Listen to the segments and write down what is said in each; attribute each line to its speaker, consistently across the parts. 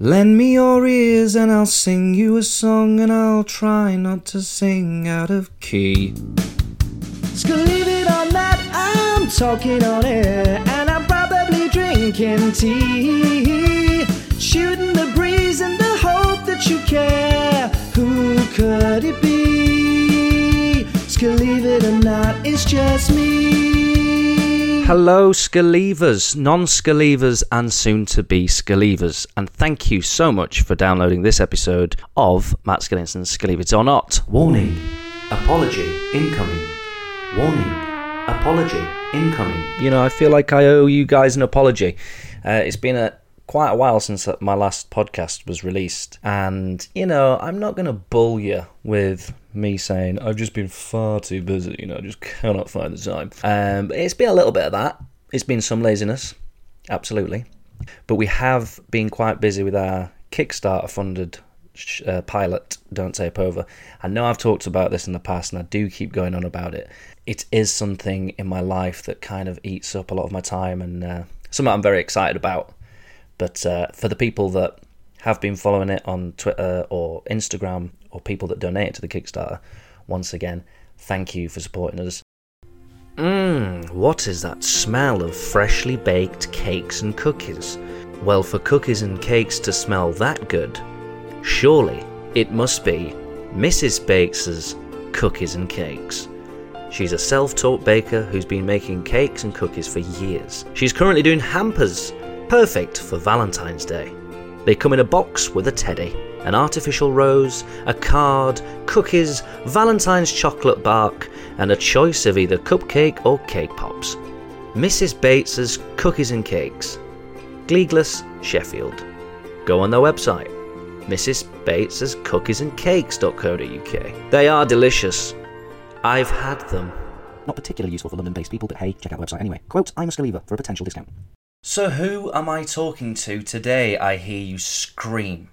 Speaker 1: Lend me your ears and I'll sing you a song and I'll try not to sing out of key.
Speaker 2: Just gonna leave it on that. I'm talking on air, and I'm probably drinking tea. Shooting the breeze in the hope that you care. Who could it be? Just gonna leave it or not, it's just me.
Speaker 1: Hello, Scalevers, non Scalevers, and soon to be Scalevers. And thank you so much for downloading this episode of Matt Skillinson's Scalevers or Not.
Speaker 3: Warning. Apology incoming. Warning. Apology incoming.
Speaker 1: You know, I feel like I owe you guys an apology. Uh, it's been a quite a while since that- my last podcast was released, and you know, I'm not going to bull you with me saying I've just been far too busy. You know, I just cannot find the time. Um, but it's been a little bit of that. It's been some laziness, absolutely, but we have been quite busy with our Kickstarter-funded sh- uh, pilot don't tape over i know i've talked about this in the past and i do keep going on about it it is something in my life that kind of eats up a lot of my time and uh, something i'm very excited about but uh, for the people that have been following it on twitter or instagram or people that donate to the kickstarter once again thank you for supporting us Mmm, what is that smell of freshly baked cakes and cookies? Well, for cookies and cakes to smell that good, surely it must be Mrs. Bakes's Cookies and Cakes. She's a self taught baker who's been making cakes and cookies for years. She's currently doing hampers, perfect for Valentine's Day. They come in a box with a teddy, an artificial rose, a card, cookies, Valentine's chocolate bark, and a choice of either cupcake or cake pops. Mrs. Bates's Cookies and Cakes, Gleegless, Sheffield. Go on their website, Mrs. Bates's Cookies and Cakes.co.uk. They are delicious. I've had them.
Speaker 3: Not particularly useful for London-based people, but hey, check out the website anyway. Quote, I'm a Scaliva for a potential discount.
Speaker 1: So, who am I talking to today? I hear you scream.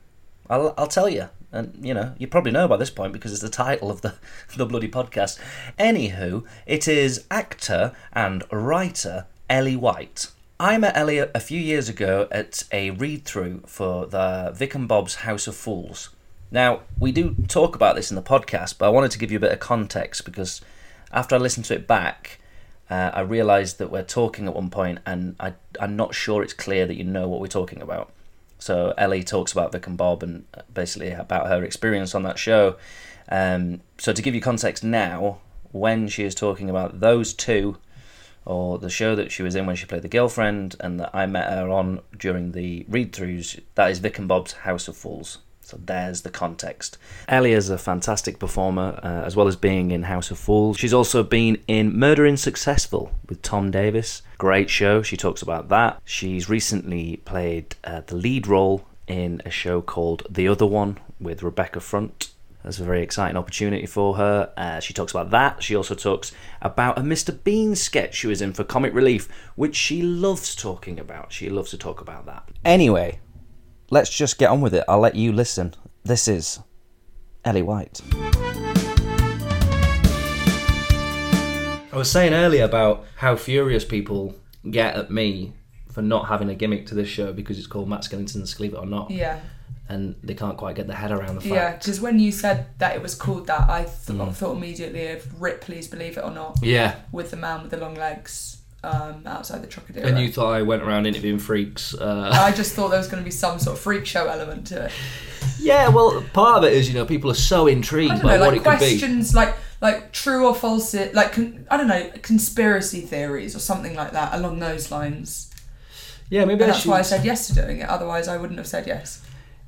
Speaker 1: I'll, I'll tell you. And, you know, you probably know by this point because it's the title of the, the bloody podcast. Anywho, it is actor and writer Ellie White. I met Ellie a few years ago at a read through for the Vic and Bob's House of Fools. Now, we do talk about this in the podcast, but I wanted to give you a bit of context because after I listened to it back, uh, I realised that we're talking at one point, and I, I'm not sure it's clear that you know what we're talking about. So Ellie talks about Vic and Bob and uh, basically about her experience on that show. Um, so to give you context now, when she is talking about those two, or the show that she was in when she played the girlfriend, and that I met her on during the read-throughs, that is Vic and Bob's House of Fools. So there's the context. Ellie is a fantastic performer, uh, as well as being in House of Fools. She's also been in Murdering Successful with Tom Davis. Great show. She talks about that. She's recently played uh, the lead role in a show called The Other One with Rebecca Front. That's a very exciting opportunity for her. Uh, she talks about that. She also talks about a Mr. Bean sketch she was in for Comic Relief, which she loves talking about. She loves to talk about that. Anyway, let's just get on with it. I'll let you listen. This is Ellie White. I was saying earlier about how furious people get at me for not having a gimmick to this show because it's called Matt Skellington's Believe It or Not,
Speaker 4: Yeah.
Speaker 1: and they can't quite get their head around the fact.
Speaker 4: Yeah, because when you said that it was called that, I th- thought immediately of Ripley's Believe It or Not
Speaker 1: Mm. Yeah,
Speaker 4: with the man with the long legs um, outside the Trocadero.
Speaker 1: and you thought I went around interviewing freaks. Uh,
Speaker 4: I just thought there was going to be some sort of freak show element to it.
Speaker 1: yeah, well, part of it is you know people are so
Speaker 4: I
Speaker 1: intrigued
Speaker 4: don't
Speaker 1: by
Speaker 4: know,
Speaker 1: what
Speaker 4: like
Speaker 1: it could be.
Speaker 4: questions, like like true or false, it- like con- I don't know, conspiracy theories or something like that along those lines.
Speaker 1: Yeah, maybe I
Speaker 4: And that's
Speaker 1: should.
Speaker 4: why I said yes to doing it. Otherwise, I wouldn't have said yes.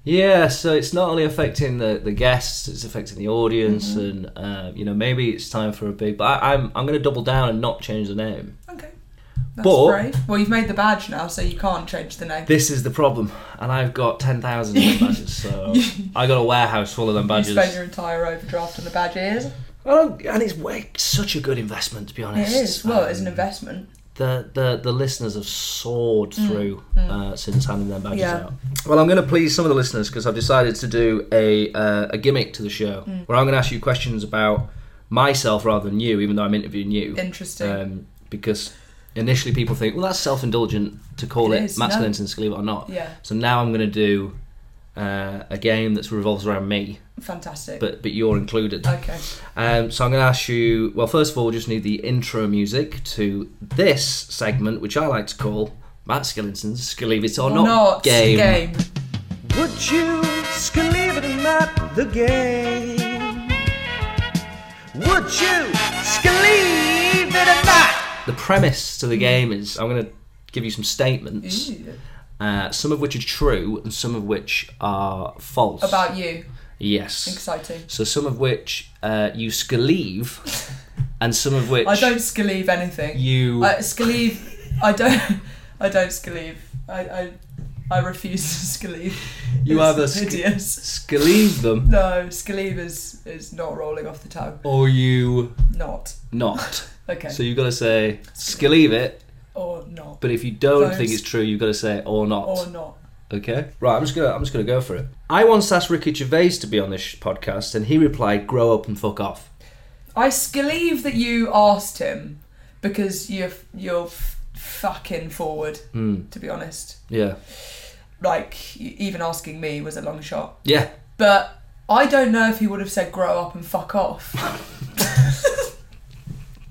Speaker 1: Yeah, so it's not only affecting the, the guests, it's affecting the audience, and
Speaker 4: Mm-hmm.
Speaker 1: uh, you know maybe it's time for a big. But I, I'm I'm going to double down and not change the name.
Speaker 4: Okay. That's
Speaker 1: But-
Speaker 4: brave. Well, you've made the badge now, so you can't change the name.
Speaker 1: This is the problem, and I've got ten thousand badges, so I got a warehouse full of them
Speaker 4: You
Speaker 1: badges.
Speaker 4: spend your entire overdraft on the badges.
Speaker 1: I don't- and it's way, such a good investment, to be
Speaker 4: It
Speaker 1: honest.
Speaker 4: is. Well,
Speaker 1: Um,
Speaker 4: it's an investment.
Speaker 1: the the, the listeners have soared through Uh, since handing their badges
Speaker 4: Mm. Yeah.
Speaker 1: out. Well, I'm going to please some of the listeners because I've decided to do a uh, a gimmick to the show
Speaker 4: Mm.
Speaker 1: where I'm going to ask you questions about myself rather than you, even though I'm interviewing you.
Speaker 4: Interesting.
Speaker 1: Um, because initially people think, well, that's self indulgent to call
Speaker 4: It
Speaker 1: it,
Speaker 4: is,
Speaker 1: Matt
Speaker 4: no.
Speaker 1: Skellington's believe it or not.
Speaker 4: Yeah.
Speaker 1: So now I'm going to do uh, a game that revolves around me,
Speaker 4: Fantastic.
Speaker 1: but but you're included.
Speaker 4: okay.
Speaker 1: Um, so I'm going to ask you. Well, first of all, just need the intro music to this segment, which I like to call Matt Skillington's "Believe It or,
Speaker 4: Not, game.
Speaker 2: Would you believe it or not the game? Would you believe it or not?
Speaker 1: The premise to the game is I'm going to give you some statements,
Speaker 4: Ooh.
Speaker 1: uh, some of which are true and some of which are false.
Speaker 4: About you.
Speaker 1: yes,
Speaker 4: Exciting.
Speaker 1: So some of which uh, you skleave, and some of which
Speaker 4: I don't skleave anything.
Speaker 1: you
Speaker 4: I skleave. I don't. I don't skleave. I. I I refuse to skleave.
Speaker 1: you
Speaker 4: It's
Speaker 1: either sk-
Speaker 4: hideous.
Speaker 1: skleave them
Speaker 4: No, skleave is is not rolling off the tongue.
Speaker 1: or you
Speaker 4: Not
Speaker 1: not.
Speaker 4: okay.
Speaker 1: So you've got to say skleave it,
Speaker 4: or not.
Speaker 1: but if you don't
Speaker 4: Those-
Speaker 1: think it's true, you've got to say or not.
Speaker 4: Or not.
Speaker 1: Okay. Right. I'm just gonna I'm just gonna go for it. I once asked Ricky Gervais to be on this sh- podcast, and he replied, "Grow up and fuck off."
Speaker 4: I skleave that you asked him because you're you're f- fucking forward. To be honest,
Speaker 1: Hmm, Yeah.
Speaker 4: like y- even asking me was a long shot.
Speaker 1: Yeah.
Speaker 4: But I don't know if he would have said grow up and fuck off.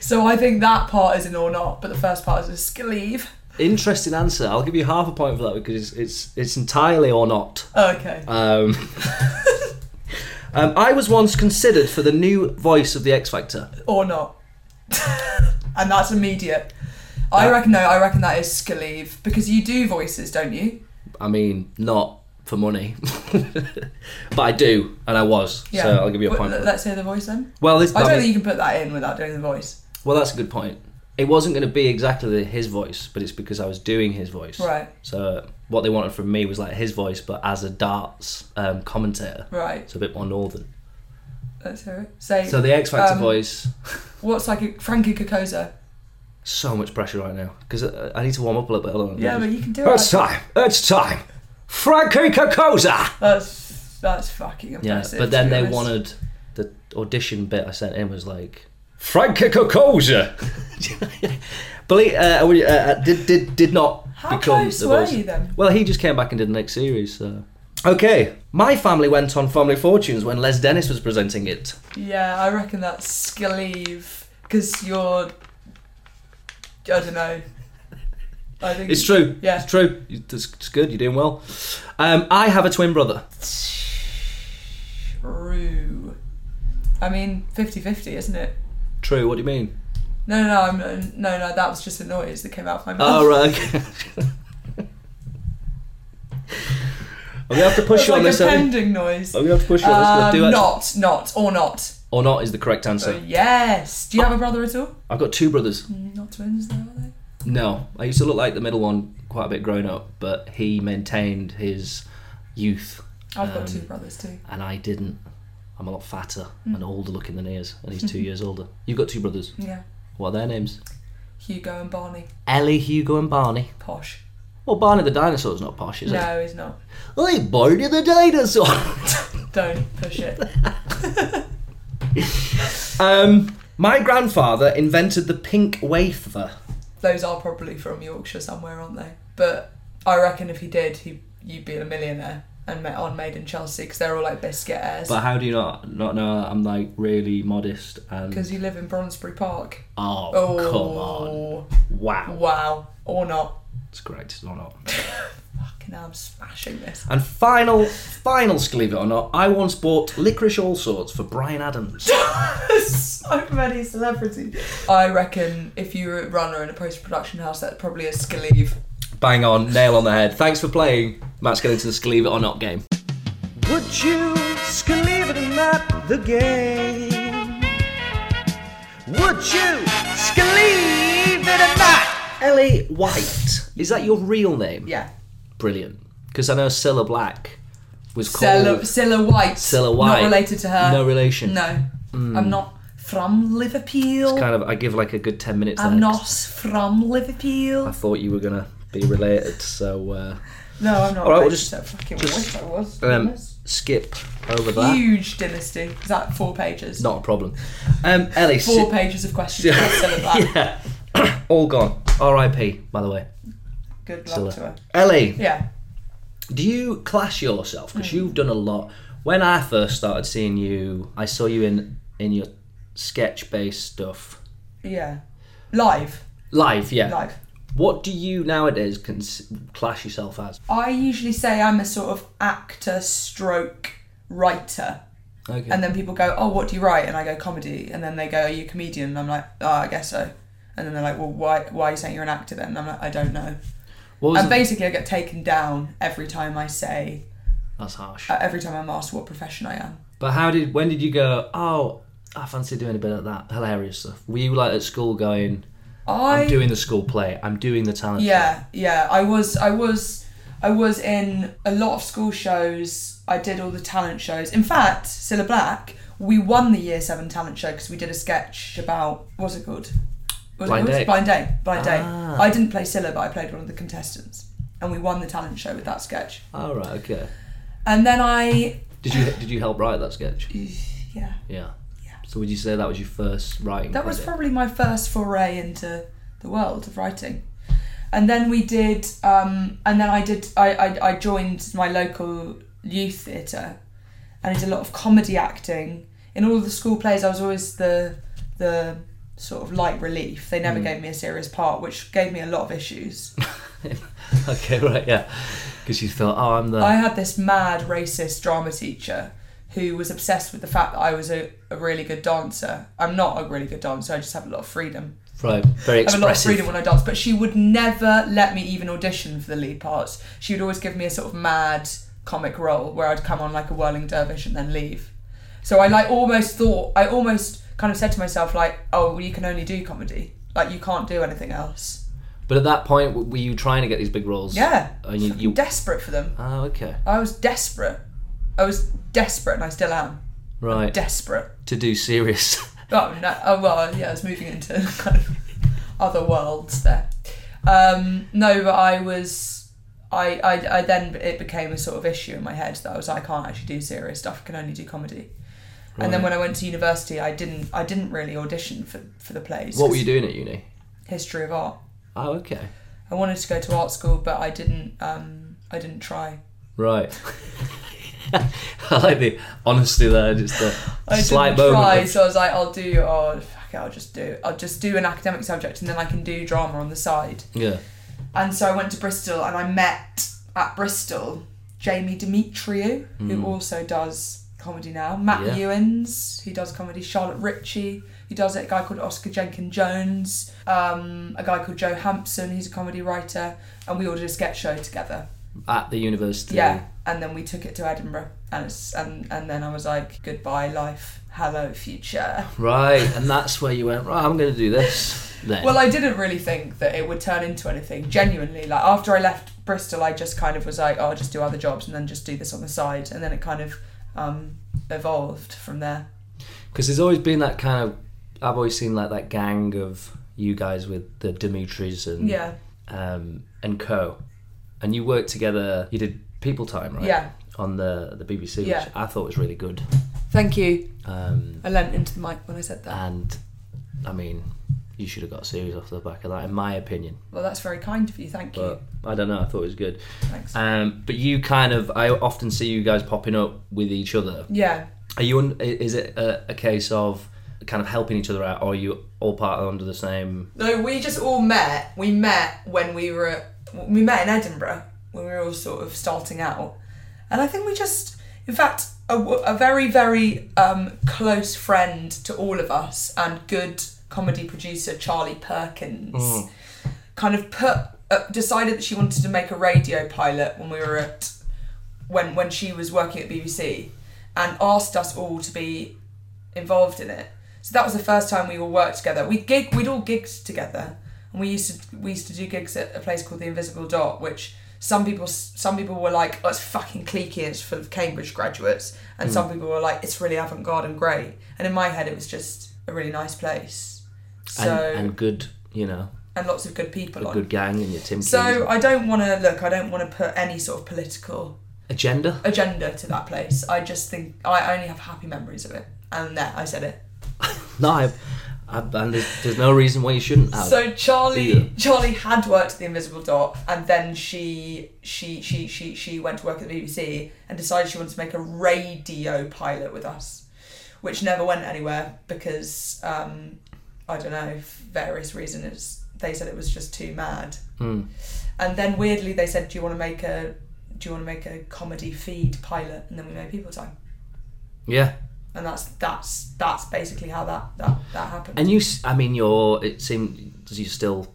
Speaker 4: so I think that part is an or not, but the first part is a skleave.
Speaker 1: Interesting answer. I'll give you half a point for that because it's it's, it's entirely or not.
Speaker 4: Okay.
Speaker 1: Um, um, I was once considered for the new voice of the X Factor.
Speaker 4: or not. and that's immediate.
Speaker 1: Uh,
Speaker 4: I reckon no, I reckon that is skleave because you do voices, don't you?
Speaker 1: I mean, not for money, but I do, and I was. So I'll give you a
Speaker 4: Well,
Speaker 1: point. for
Speaker 4: let-
Speaker 1: that.
Speaker 4: Let's hear the voice then.
Speaker 1: Well, this,
Speaker 4: I
Speaker 1: I
Speaker 4: don't
Speaker 1: mean-
Speaker 4: think you can put that in without doing the voice.
Speaker 1: well, that's a good point. It wasn't going to be exactly the- his voice, but it's because I was doing his voice.
Speaker 4: Right.
Speaker 1: So what they wanted from me was like his voice, but as a darts um, commentator,
Speaker 4: Right.
Speaker 1: so a bit more northern.
Speaker 4: Let's hear it. Say
Speaker 1: So the X Factor
Speaker 4: Um,
Speaker 1: voice.
Speaker 4: what's like a Frankie Kokoza?
Speaker 1: So much pressure right now because I, I need to warm up a little bit. Hold on.
Speaker 4: Yeah, but you can do
Speaker 1: It's
Speaker 4: it.
Speaker 1: time. It's time. Frankie Kokoza.
Speaker 4: That's that's fucking
Speaker 1: Yeah,
Speaker 4: impressive.
Speaker 1: but then
Speaker 4: to be
Speaker 1: they
Speaker 4: honest.
Speaker 1: wanted the audition bit I sent in was like Frankie Kokoza. Believe uh, we- uh, uh, did did did not
Speaker 4: How
Speaker 1: become
Speaker 4: close
Speaker 1: the
Speaker 4: were
Speaker 1: voice.
Speaker 4: you then?
Speaker 1: Well, he just came back and did the next series. So okay, my family went on Family Fortunes when Les Dennis was presenting it.
Speaker 4: Yeah, I reckon that's skleave because you're. I don't know. I think
Speaker 1: It's true.
Speaker 4: Yeah.
Speaker 1: it's true. You- It's, it's good. You're doing well. Um, I have a twin brother.
Speaker 4: True. I mean, 50 50, isn't it?
Speaker 1: True. What do you mean?
Speaker 4: No, no, no, I'm, no, no, that was just a noise that came out of my mouth.
Speaker 1: Oh, right. Okay. I'm gonna have to push
Speaker 4: It's
Speaker 1: you
Speaker 4: like
Speaker 1: on
Speaker 4: a
Speaker 1: this. Ellie.
Speaker 4: pending noise.
Speaker 1: I'm gonna have to push you on this.
Speaker 4: Um,
Speaker 1: Let's do it.
Speaker 4: not, not, or not.
Speaker 1: Or not is the correct
Speaker 4: So
Speaker 1: answer.
Speaker 4: yes. Do you have a brother at all?
Speaker 1: I've got two brothers.
Speaker 4: Not twins, though, are they?
Speaker 1: No, I used to look like the middle one quite a bit growing up, but he maintained his youth,
Speaker 4: I've got
Speaker 1: Um,
Speaker 4: two brothers too.
Speaker 1: and I didn't. I'm a lot fatter
Speaker 4: Hmm.
Speaker 1: and older looking than he is, and he's two years older. You've got two brothers.
Speaker 4: Yeah,
Speaker 1: What are their names?
Speaker 4: Hugo and Barney.
Speaker 1: Ellie, Hugo, and Barney.
Speaker 4: Posh.
Speaker 1: Well, Barney the dinosaur's not posh, is
Speaker 4: No, he's not.
Speaker 1: it? Hey, Barney the dinosaur.
Speaker 4: Don't push it.
Speaker 1: um, my grandfather invented the pink wafer.
Speaker 4: Those are probably from Yorkshire somewhere, aren't they? But I reckon if he did, he you'd be a millionaire and met on Made in Chelsea because they're all like biscuit heirs.
Speaker 1: But how do you not not know? that I'm like really modest and
Speaker 4: Because you live in Bronsbury Park.
Speaker 1: oh,
Speaker 4: Oh,
Speaker 1: come on, wow.
Speaker 4: Wow. Or not.
Speaker 1: It's correct, it's not.
Speaker 4: Fucking hell, I'm smashing this.
Speaker 1: And final, final, believe it or not, I once bought licorice all sorts for Brian Adams.
Speaker 4: so many celebrities. I reckon if you were a runner in a post production house, that's probably a skleave.
Speaker 1: Bang on, nail on the head. Thanks for playing Matt Skellington's Believe It or Not game.
Speaker 2: Would you believe it or not the game? Would you believe it or not?
Speaker 1: Ellie White, is that your real name?
Speaker 4: Yeah.
Speaker 1: Brilliant. Because I know Cilla Black was
Speaker 4: Cilla,
Speaker 1: called.
Speaker 4: Cilla White.
Speaker 1: Cilla White.
Speaker 4: Not related to her.
Speaker 1: No Hmm. relation.
Speaker 4: No. I'm not from Liverpool.
Speaker 1: Kind of, I give like a good 10 minutes
Speaker 4: I'm
Speaker 1: there,
Speaker 4: not
Speaker 1: 'cause
Speaker 4: from Liverpool.
Speaker 1: I thought you were going to be related, so uh,
Speaker 4: No, I'm not.
Speaker 1: All right,
Speaker 4: related
Speaker 1: we'll just-
Speaker 4: to her. fucking
Speaker 1: just-
Speaker 4: wish I was.
Speaker 1: um,
Speaker 4: Goodness.
Speaker 1: skip over that.
Speaker 4: Huge dynasty. Is that four pages?
Speaker 1: Not a problem. Um, Ellie,
Speaker 4: Four
Speaker 1: si-
Speaker 4: pages of questions about Cilla Black.
Speaker 1: yeah. all gone. R.I.P. By the way,
Speaker 4: Good luck to
Speaker 1: Cilla.
Speaker 4: her.
Speaker 1: Ellie,
Speaker 4: Yeah.
Speaker 1: Do you class yourself
Speaker 4: Mm.
Speaker 1: because you've done a lot? When I first started seeing you, I saw you in in your sketch based stuff
Speaker 4: Yeah. Live.
Speaker 1: live. Yeah.
Speaker 4: Live.
Speaker 1: What do you nowadays cons- class yourself as?
Speaker 4: I usually say I'm a sort of actor stroke writer.
Speaker 1: Okay.
Speaker 4: And then people go, Oh, what do you write? And I go, Comedy. And then they go, Are you a comedian? And I'm like, Oh, I guess so. And then they're like, Well, why, why are you saying you're an actor then? And I'm like, I don't know.
Speaker 1: what was
Speaker 4: And
Speaker 1: the-
Speaker 4: basically, I get taken down every time I say,
Speaker 1: That's harsh.
Speaker 4: uh, every time I'm asked what profession I am.
Speaker 1: But how did? When did you go? Oh, I fancy doing a bit of that hilarious stuff. Were you like at school going?
Speaker 4: I
Speaker 1: I'm doing the school play. I'm doing the talent. show."
Speaker 4: Yeah, yeah. I was I was I was in a lot of school shows. I did all the talent shows. In fact, Cilla Black, we won the year seven talent show because we did a sketch about what's it called? Was
Speaker 1: Blind
Speaker 4: it called?
Speaker 1: Date.
Speaker 4: Blind Date.
Speaker 1: Ah.
Speaker 4: Blind Date. I didn't play Cilla, but I played one of the contestants, and we won the talent show with that sketch.
Speaker 1: All right. Okay.
Speaker 4: And then I,
Speaker 1: Did you did you help write that sketch?
Speaker 4: yeah,
Speaker 1: Yeah. Yeah. So would you say that was your first writing?
Speaker 4: that was
Speaker 1: project?
Speaker 4: probably my first foray into the world of writing and then we did um, and then i did I, I, I joined my local youth theatre and i did a lot of comedy acting in all of the school plays i was always the the sort of light relief they never gave me a serious part which gave me a lot of issues
Speaker 1: okay. Right. Yeah. Because you thought, oh, I'm the.
Speaker 4: I had this mad racist drama teacher who was obsessed with the fact that I was a, a really good dancer. I'm not a really good dancer, I just have a lot of freedom.
Speaker 1: right. Very
Speaker 4: I have a lot of
Speaker 1: expressive.
Speaker 4: freedom when I dance, but she would never let me even audition for the lead parts. She would always give me a sort of mad comic role where I'd come on like a whirling dervish and then leave. So I like almost thought, I almost kind of said to myself like, oh, well, you can only do comedy. Like you can't do anything else.
Speaker 1: But at that point, w- were you trying to get these big roles?
Speaker 4: Yeah,
Speaker 1: And you.
Speaker 4: Fucking
Speaker 1: you...
Speaker 4: desperate for them.
Speaker 1: Oh, okay.
Speaker 4: I was desperate. I was desperate, and I still am
Speaker 1: Right.
Speaker 4: desperate.
Speaker 1: to do serious.
Speaker 4: Oh no! Oh well, yeah. I was moving into kind of other worlds there. Um, no, but I was. I, I I then it became a sort of issue in my head that I was like, I can't actually do serious stuff. I can only do comedy. And then when I went to university, I didn't I didn't really audition for for the plays.
Speaker 1: what were
Speaker 4: 'cause
Speaker 1: you doing at uni?
Speaker 4: History of art.
Speaker 1: Oh, okay.
Speaker 4: I wanted to go to art school, but I didn't. Um, I didn't try.
Speaker 1: Right. I like the honesty there, just the
Speaker 4: I
Speaker 1: slight
Speaker 4: didn't
Speaker 1: moment.
Speaker 4: try,
Speaker 1: of-
Speaker 4: so I was like, I'll do. Oh, fuck it, I'll just do. I'll just do an academic subject, and then I can do drama on the side.
Speaker 1: Yeah.
Speaker 4: And so I went to Bristol and I met at Bristol Jamie Demetriou, who also does comedy now, Matt
Speaker 1: Yeah.
Speaker 4: Ewins, who does comedy, Charlotte Ritchie, who does it, a guy called Oscar Jenkin Jones, um, a guy called Joe Hampson, who's a comedy writer, and we all did a sketch show together.
Speaker 1: At the university.
Speaker 4: Yeah. And then we took it to Edinburgh and it's, and, and then I was like, Goodbye life, hello future.
Speaker 1: Right. And that's where you went, right, I'm going to do this then.
Speaker 4: Well, I didn't really think that it would turn into anything. Genuinely, like after I left Bristol, I just kind of was like, oh, I'll just do other jobs and then just do this on the side, and then it kind of um, evolved from there.
Speaker 1: Because there's always been that kind of. I've always seen like that gang of you guys with the Dimitris and
Speaker 4: Yeah,
Speaker 1: um, and Co. And you worked together. You did People Time, right?
Speaker 4: Yeah.
Speaker 1: On the the BBC,
Speaker 4: Yeah.
Speaker 1: which I thought was really good.
Speaker 4: thank you.
Speaker 1: Um,
Speaker 4: I leant into the mic when I said that.
Speaker 1: and I mean, you should have got a series off the back of that, in my opinion.
Speaker 4: Well, that's very kind of you. Thank you.
Speaker 1: But I don't know. I thought it was good.
Speaker 4: Thanks.
Speaker 1: Um, but you kind of, I often see you guys popping up with each other.
Speaker 4: yeah,
Speaker 1: Are you? Un, is it a, a case of kind of helping each other out, or are you all part of under the same?
Speaker 4: No, we just all met. We met when we were at, we met in Edinburgh when we were all sort of starting out, and I think we just, in fact, a, w- a very very um, close friend to all of us and good comedy producer Charlie Perkins kind of put uh, decided that she wanted to make a radio pilot when we were at when when she was working at BBC and asked us all to be involved in it. So that was the first time we all worked together. We gig we'd all gigged together, and we used to we used to do gigs at a place called the Invisible Dot, which some people some people were like, "Oh, it's fucking cliquey, it's full of Cambridge graduates,"
Speaker 1: Hmm.
Speaker 4: and some people were like, "It's really avant garde and great." And in my head, it was just a really nice place. So
Speaker 1: and,
Speaker 4: and,
Speaker 1: and good, you know,
Speaker 4: lots of good people
Speaker 1: a
Speaker 4: on.
Speaker 1: good gang and your Tim. Keys.
Speaker 4: So I don't want to look. I don't want to put any sort of political
Speaker 1: agenda.
Speaker 4: agenda to that place. I just think I only have happy memories of it, and there I said it.
Speaker 1: No, I, I, and there's, there's no reason why you shouldn't have.
Speaker 4: So Charlie
Speaker 1: Yeah.
Speaker 4: Charlie had worked at the Invisible Dot, and then she she she she she went to work at the BBC and decided she wanted to make a radio pilot with us, which never went anywhere because um, I don't know various reasons. They said it was just too mad,
Speaker 1: Hmm.
Speaker 4: and then weirdly they said, "Do you want to make a do you want to make a comedy feed pilot?" And then we made People Time,
Speaker 1: yeah,
Speaker 4: and that's that's that's basically how that that that happened.
Speaker 1: and you, s- I mean, you're. It seems you're still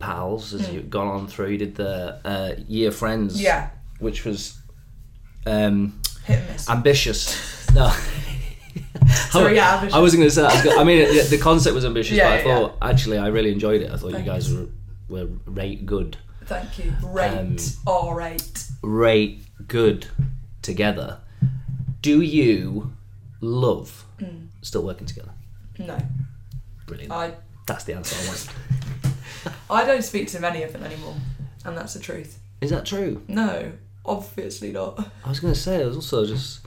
Speaker 1: pals as you've gone on through. You did the uh, year friends,
Speaker 4: Hmm. Yeah.
Speaker 1: which was um,
Speaker 4: Hit and miss.
Speaker 1: ambitious. No.
Speaker 4: Sorry, yeah, ambitious.
Speaker 1: I wasn't going to say. I, was gonna, I mean, the- the concept was ambitious,
Speaker 4: Yeah,
Speaker 1: but I
Speaker 4: yeah,
Speaker 1: thought actually I really enjoyed it. I thought you guys were were rate good,
Speaker 4: Thank you. Rate
Speaker 1: Um,
Speaker 4: R8.
Speaker 1: rate good together. Do you love still working together?
Speaker 4: No,
Speaker 1: Brilliant.
Speaker 4: Mm. I
Speaker 1: That's the answer I want.
Speaker 4: I don't speak to many of them anymore, and that's the truth.
Speaker 1: Is that true?
Speaker 4: No, obviously not.
Speaker 1: I was going to say, I was also just.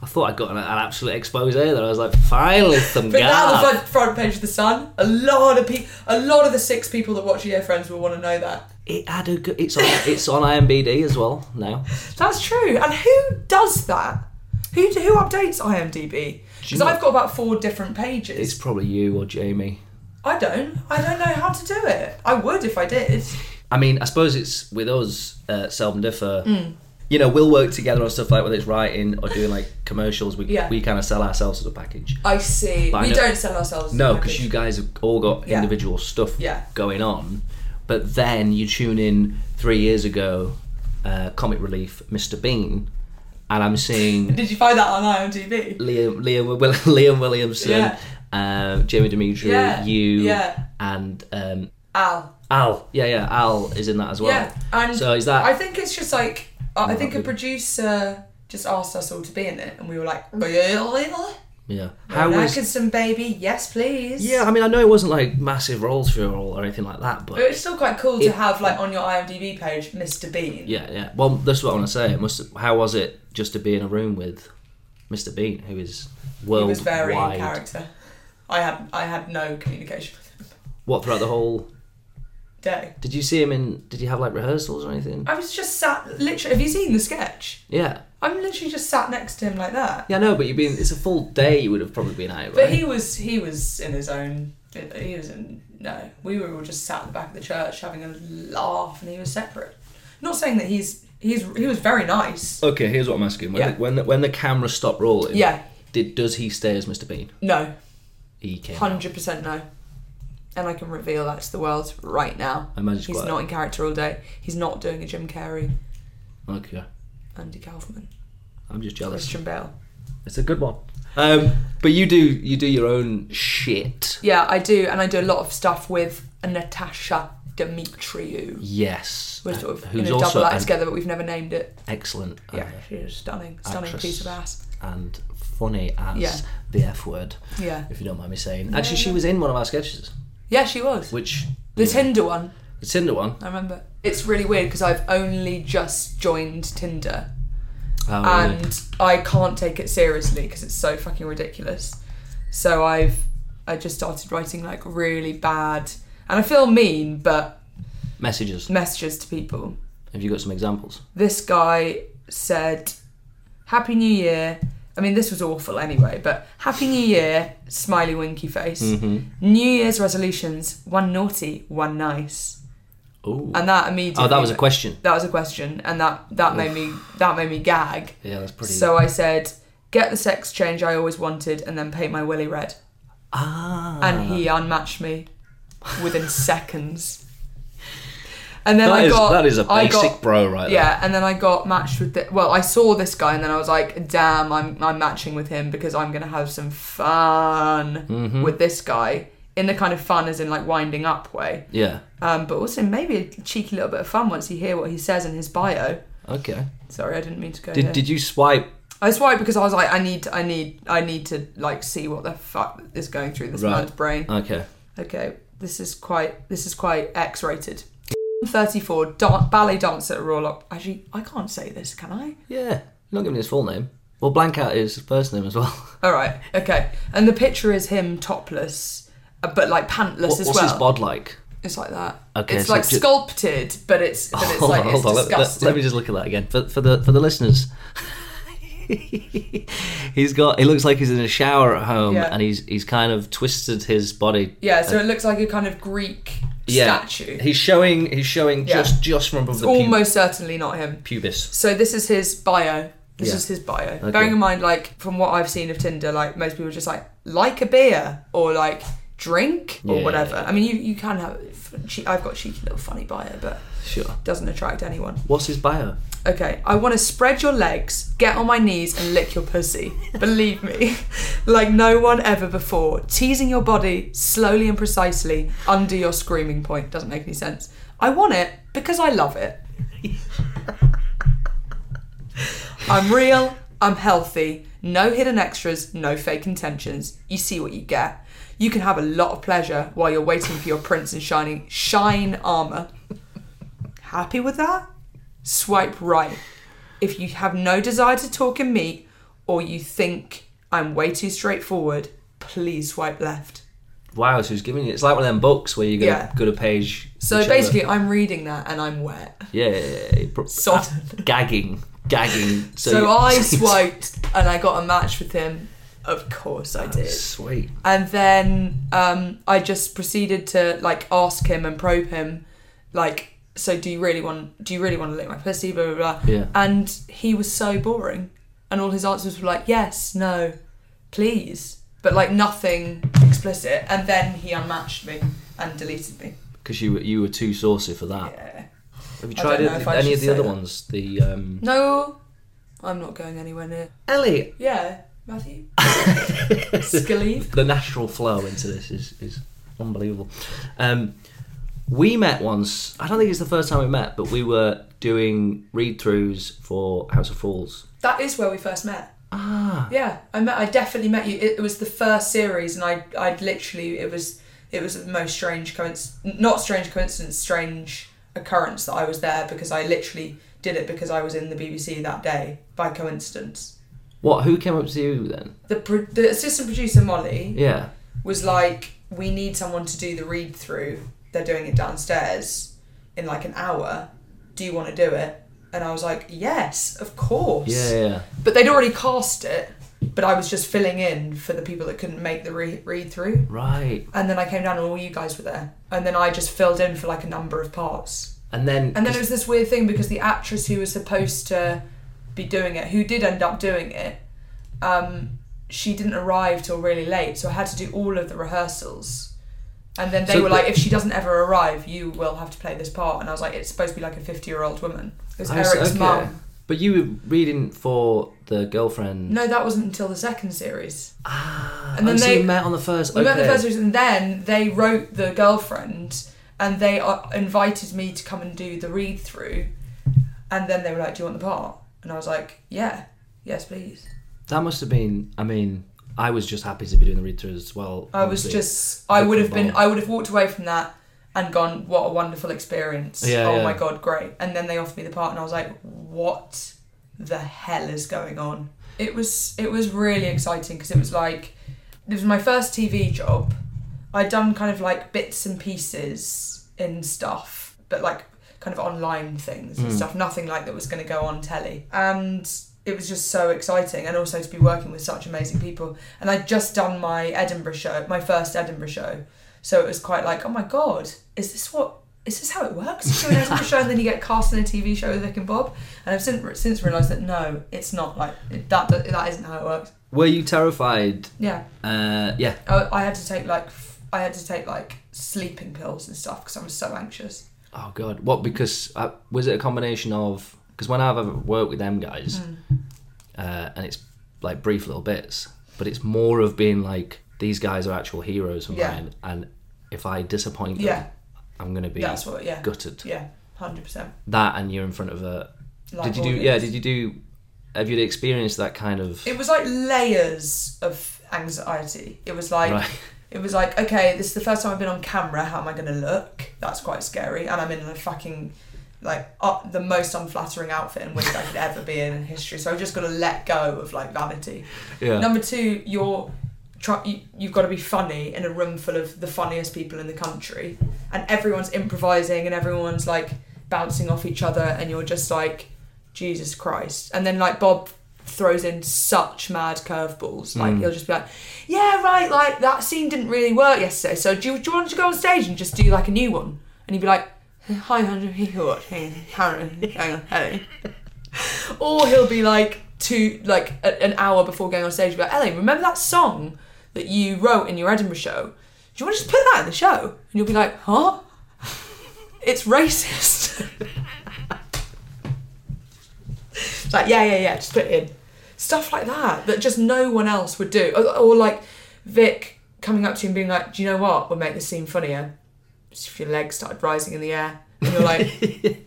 Speaker 1: I thought I got an, an absolute expose there. I was like, finally, some
Speaker 4: But now the
Speaker 1: guy.
Speaker 4: front, front page of the Sun. A lot of pe- a lot of the six people that watch Year Friends will want to know that.
Speaker 1: It had a good. It's on. It's on IMBD as well now.
Speaker 4: That's true. And who does that? Who who updates IMDb?
Speaker 1: you
Speaker 4: Because
Speaker 1: know-
Speaker 4: I've got about four different pages.
Speaker 1: It's probably you or Jamie.
Speaker 4: I don't. I don't know how to do it. I would if I did.
Speaker 1: I mean, I suppose it's with us, uh, seldom differ.
Speaker 4: Mm.
Speaker 1: You know, we'll work together on stuff like whether it's writing or doing like commercials. We
Speaker 4: Yeah.
Speaker 1: we kind of sell ourselves as a package.
Speaker 4: I see.
Speaker 1: But I
Speaker 4: we
Speaker 1: know-
Speaker 4: don't sell ourselves.
Speaker 1: No,
Speaker 4: as a
Speaker 1: because
Speaker 4: package.
Speaker 1: you guys have all got
Speaker 4: Yeah.
Speaker 1: individual stuff
Speaker 4: Yeah.
Speaker 1: going on. But then you tune in three years ago, uh, Comic Relief, Mr. Bean, and I'm seeing
Speaker 4: Did you find that on IMDb?
Speaker 1: Liam, Liam, Will, Liam Williamson,
Speaker 4: Yeah.
Speaker 1: uh, Jamie Dimitri,
Speaker 4: Yeah,
Speaker 1: you,
Speaker 4: yeah.
Speaker 1: and um,
Speaker 4: Al.
Speaker 1: Al. Yeah, yeah, Al is in that as well.
Speaker 4: Yeah, and
Speaker 1: so is that.
Speaker 4: I think it's just like I I think a
Speaker 1: good.
Speaker 4: producer just asked us all to be in it, and we were like, really?
Speaker 1: yeah.
Speaker 4: How
Speaker 1: How was?
Speaker 4: Atkinson, baby, yes, please.
Speaker 1: Yeah, I mean, I know it wasn't like massive roles for you or anything like that, but
Speaker 4: But it's still quite cool to
Speaker 1: It-
Speaker 4: have like on your IMDb page, Mr. Bean.
Speaker 1: yeah, yeah. Well, that's what I want to say. It must. How was it just to be in a room with Mr. Bean, who is
Speaker 4: he
Speaker 1: worldwide?
Speaker 4: was very in character. I had I had no communication with him
Speaker 1: What throughout the whole?
Speaker 4: day.
Speaker 1: Did you see him in? Did you have like rehearsals or anything?
Speaker 4: I was just sat. Literally, have you seen the sketch?
Speaker 1: Yeah,
Speaker 4: I'm literally just sat next to him like that.
Speaker 1: yeah. No, but you've been. It's a full day. You would have probably been out. Right?
Speaker 4: But he was he was in his own. He was in no. We were all just sat at the back of the church having a laugh, and he was separate. Not saying that he's he's he was very nice.
Speaker 1: Okay, here's what I'm asking. When,
Speaker 4: Yeah.
Speaker 1: the, when the when the camera stopped rolling,
Speaker 4: Yeah.
Speaker 1: Did does he stay as Mr. Bean?
Speaker 4: No,
Speaker 1: He came. out.
Speaker 4: hundred percent no. And I can reveal that to the world right now.
Speaker 1: I managed
Speaker 4: He's
Speaker 1: quite-
Speaker 4: not in character all day. He's not doing a Jim Carrey,
Speaker 1: Okay,
Speaker 4: Andy Kaufman,
Speaker 1: I'm just jealous.
Speaker 4: Christian Bale.
Speaker 1: It's a good one. Um, but you do you do your own shit.
Speaker 4: Yeah, I do, and I do a lot of stuff with Natasha Dimitriou.
Speaker 1: Yes.
Speaker 4: We're
Speaker 1: uh,
Speaker 4: sort of in
Speaker 1: who's
Speaker 4: a double
Speaker 1: also
Speaker 4: act
Speaker 1: an
Speaker 4: together, but we've never named it.
Speaker 1: excellent uh,
Speaker 4: Yeah, she's stunning, stunning
Speaker 1: actress.
Speaker 4: piece of ass.
Speaker 1: and funny as
Speaker 4: Yeah.
Speaker 1: the F word,
Speaker 4: Yeah.
Speaker 1: if you don't mind me saying. Actually, she was in one of our sketches,
Speaker 4: Yeah, she was.
Speaker 1: which
Speaker 4: The Tinder one,
Speaker 1: the Tinder one.
Speaker 4: I remember. It's really weird because I've only just joined Tinder
Speaker 1: Oh, really?
Speaker 4: and I can't take it seriously because it's so fucking ridiculous. So I've I just started writing like really bad and I feel mean, but
Speaker 1: messages.
Speaker 4: messages to people.
Speaker 1: Have you got some examples?
Speaker 4: This guy said, "Happy New Year." I mean, this was awful anyway, but Happy New Year, smiley winky face.
Speaker 1: Mm-hmm.
Speaker 4: New Year's resolutions: one naughty, one nice.
Speaker 1: Oh,
Speaker 4: And that immediately.
Speaker 1: oh, that was a question.
Speaker 4: that was a question and that that made me that made me gag
Speaker 1: Yeah, that's pretty.
Speaker 4: so i said get the sex change i always wanted and then paint my willy red
Speaker 1: ah,
Speaker 4: and he unmatched me within seconds and then
Speaker 1: That
Speaker 4: i
Speaker 1: is-
Speaker 4: got
Speaker 1: that is a
Speaker 4: I
Speaker 1: basic
Speaker 4: got-
Speaker 1: bro right
Speaker 4: yeah and then i got matched with the well i saw this guy and then i was like damn i'm, I'm matching with him because i'm gonna have some fun
Speaker 1: Mm-hmm.
Speaker 4: with this guy in the kind of fun as in like winding up way
Speaker 1: there.
Speaker 4: um, but also maybe a cheeky little bit of fun once you hear what he says in his bio.
Speaker 1: Yeah. Okay.
Speaker 4: Sorry, I didn't mean to go.
Speaker 1: Did
Speaker 4: there.
Speaker 1: did you swipe?
Speaker 4: I swiped because I was like, I need, I need, I need to like see what the fuck is going through this
Speaker 1: Right.
Speaker 4: man's brain.
Speaker 1: Okay.
Speaker 4: Okay, this is quite, this is quite X-rated. Thirty-four dan- ballet dancer at Royal Op. Actually, I can't say this, can I?
Speaker 1: Yeah. You're not giving his full name. Well, blank out is his first name as well.
Speaker 4: All right, okay. And the picture is him topless, uh, but like pantless
Speaker 1: What-
Speaker 4: as
Speaker 1: what's
Speaker 4: well.
Speaker 1: his bod like?
Speaker 4: It's like that.
Speaker 1: Okay,
Speaker 4: it's
Speaker 1: so
Speaker 4: like
Speaker 1: ju-
Speaker 4: sculpted, but it's but it's
Speaker 1: hold
Speaker 4: like
Speaker 1: on,
Speaker 4: it's
Speaker 1: Oh, hold on. Let, let,
Speaker 4: disgusting.
Speaker 1: let me just look at that again for, for the for the listeners. he's got. He looks like he's in a shower at home,
Speaker 4: Yeah.
Speaker 1: and he's he's kind of twisted his body.
Speaker 4: yeah, so it looks like a kind of Greek statue.
Speaker 1: He's showing. He's showing
Speaker 4: Yeah.
Speaker 1: just just from above the pu-
Speaker 4: Almost certainly not him.
Speaker 1: pubis.
Speaker 4: So this is his bio. This
Speaker 1: Yeah.
Speaker 4: is his bio. Bearing in mind, like from what I've seen of Tinder, like most people are just like like a beer or like drink or
Speaker 1: Yeah.
Speaker 4: whatever. I mean, you you can have. che- I've got cheeky little funny bio, but
Speaker 1: Sure.
Speaker 4: doesn't attract anyone.
Speaker 1: What's his bio?
Speaker 4: Okay, I want to spread your legs, get on my knees, and lick your pussy. Believe me, like no one ever before. Teasing your body slowly and precisely under your screaming point doesn't make any sense. I want it because I love it. I'm real, I'm healthy, no hidden extras, no fake intentions. You see what you get. You can have a lot of pleasure while you're waiting for your prince in shining shine armor. Happy with that? swipe right. If you have no desire to talk and meet, or you think I'm way too straightforward, please swipe left.
Speaker 1: Wow, so he's giving you. It's like one of them books where you go
Speaker 4: Yeah.
Speaker 1: to, go to page.
Speaker 4: So
Speaker 1: whichever.
Speaker 4: basically, I'm reading that and I'm wet.
Speaker 1: yeah, yeah, yeah, pro-
Speaker 4: Sodden.
Speaker 1: gagging, gagging. Ah. So,
Speaker 4: So
Speaker 1: you-
Speaker 4: I swiped and I got a match with him. Of course I did.
Speaker 1: Sweet.
Speaker 4: And then um, I just proceeded to like ask him and probe him, like, so do you really want? Do you really want to lick my pussy? Blah blah blah.
Speaker 1: Yeah.
Speaker 4: And he was so boring, and all his answers were like yes, no, please, but like nothing explicit. And then he unmatched me and deleted me.
Speaker 1: Because you were- you were too saucy for that.
Speaker 4: Yeah.
Speaker 1: Have you
Speaker 4: I
Speaker 1: tried
Speaker 4: don't know
Speaker 1: any,
Speaker 4: if I
Speaker 1: any
Speaker 4: should
Speaker 1: of the
Speaker 4: say
Speaker 1: other
Speaker 4: that.
Speaker 1: ones? The um...
Speaker 4: No, I'm not going anywhere near.
Speaker 1: Ellie,
Speaker 4: Yeah, Matthew. Scalise.
Speaker 1: the natural flow into this is, is unbelievable. Um, we met once. I don't think it's the first time we met, but we were doing read throughs for House of Fools.
Speaker 4: That is where we first met. Ah. Yeah, I met. I definitely met you. It, it was the first series, and I, I literally, it was, it was the most strange coincidence. Not strange coincidence, strange occurrence that I was there because I literally did it because I was in the BBC that day by coincidence.
Speaker 1: What? Who came up to you then?
Speaker 4: The pro- the assistant producer Molly
Speaker 1: Yeah.
Speaker 4: was like, "We need someone to do the read through. They're doing it downstairs in like an hour. Do you want to do it?" And I was like, "Yes, of course."
Speaker 1: Yeah, yeah, yeah.
Speaker 4: But they'd already cast it, but I was just filling in for the people that couldn't make the re- read through.
Speaker 1: Right.
Speaker 4: And then I came down and all you guys were there. And then I just filled in for like a number of parts.
Speaker 1: And then.
Speaker 4: And then it was this weird thing because the actress who was supposed to be doing it, who did end up doing it, um, she didn't arrive till really late. So I had to do all of the rehearsals. And then they
Speaker 1: So
Speaker 4: were
Speaker 1: the-
Speaker 4: like, if she doesn't ever arrive, you will have to play this part. And I was like, it's supposed to be like a 50 year old woman. It was
Speaker 1: I was-
Speaker 4: Eric's
Speaker 1: okay.
Speaker 4: mum.
Speaker 1: But you were reading for the girlfriend.
Speaker 4: No, that wasn't until the second series. Ah,
Speaker 1: And then they met on the first.
Speaker 4: We met the
Speaker 1: okay.
Speaker 4: first series, and then they wrote the girlfriend, and they uh, invited me to come and do the read through, and then they were like, "Do you want the part?" And I was like, "Yeah, yes, please."
Speaker 1: That must have been. I mean, I was just happy to be doing the read throughs as well.
Speaker 4: I was
Speaker 1: honestly.
Speaker 4: just, I would have been,
Speaker 1: Football.
Speaker 4: I would have walked away from that and gone, "What a wonderful experience!
Speaker 1: Yeah,
Speaker 4: oh
Speaker 1: yeah.
Speaker 4: my god, great!" And then they offered me the part, and I was like, "What the hell is going on?" It was, it was really exciting because it was like, it was my first TV job. I'd done kind of like bits and pieces in stuff, but like kind of online things and stuff, nothing like that was going to go on telly. And it was just so exciting, and also to be working with such amazing people. And I'd just done my Edinburgh show, my first Edinburgh show. So it was quite like, oh my God, is this what? Is this how it works? You do an Edinburgh show and then you get cast in a TV show with Vic and Bob. And I've since, since realised that no, it's not like that. That isn't how it works.
Speaker 1: Were you terrified?
Speaker 4: Yeah.
Speaker 1: Uh, yeah.
Speaker 4: I, I had to take like f- I had to take like sleeping pills and stuff because I was so anxious.
Speaker 1: Oh god, what? Because uh, was it a combination of? Because when I've ever worked with them guys,
Speaker 4: Hmm.
Speaker 1: uh, and it's like brief little bits, but it's more of being like these guys are actual heroes of
Speaker 4: Yeah.
Speaker 1: mine, and if I disappoint them,
Speaker 4: Yeah.
Speaker 1: I'm gonna be
Speaker 4: That's what. Yeah.
Speaker 1: gutted.
Speaker 4: Yeah. Hundred percent.
Speaker 1: That and you're in front of a. did you do? Yeah. Did you do? Have you experienced that kind of?
Speaker 4: It was like layers of anxiety. It was like
Speaker 1: Right.
Speaker 4: it was like okay, this is the first time I've been on camera. How am I going to look? That's quite scary. And I'm in a fucking like up the most unflattering outfit and wig I could ever be in in history. So I've just got to let go of like vanity.
Speaker 1: Yeah.
Speaker 4: Number two, you're try, you, you've got to be funny in a room full of the funniest people in the country, and everyone's improvising and everyone's like bouncing off each other, and you're just like, Jesus Christ. And then like Bob throws in such mad curveballs. Like he'll just be like, Yeah, right, like that scene didn't really work yesterday. So do you, do you want to go on stage and just do like a new one? And he'd be like, Hi, Andrew, who what? Hang on, hang on, hang on. Or he'll be like two like a, an hour before going on stage, he'll be like, Ellie, remember that song that you wrote in your Edinburgh show? Do you want to just put that in the show? And you'll be like, Huh? It's racist. It's like, yeah, yeah, yeah, just put it in. Stuff like that that just no one else would do. Or, or like Vic coming up to you and being like, do you know what would make this scene funnier? Just if your legs started rising in the air. And you're like,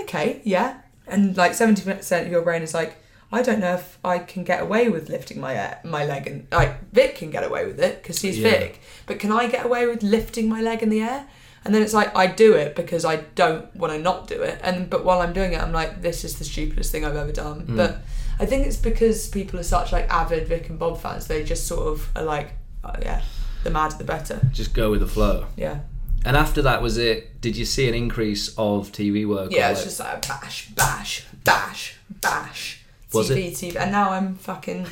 Speaker 4: okay, yeah. And like 70% of your brain is like, I don't know if I can get away with lifting my air, my leg and like Vic can get away with it because he's
Speaker 1: Yeah.
Speaker 4: Vic, but can I get away with lifting my leg in the air? And then it's like I do it because I don't want to not do it, and but while I'm doing it, I'm like, this is the stupidest thing I've ever done. But I think it's because people are such like avid Vic and Bob fans, they just sort of are like, oh yeah, the madder the better.
Speaker 1: Just go with the flow.
Speaker 4: Yeah,
Speaker 1: And after that was it. Did you see an increase of TV work?
Speaker 4: yeah,
Speaker 1: or,
Speaker 4: it's
Speaker 1: like-
Speaker 4: just like a bash, bash, bash, bash.
Speaker 1: Was
Speaker 4: TV, TV, and now I'm fucking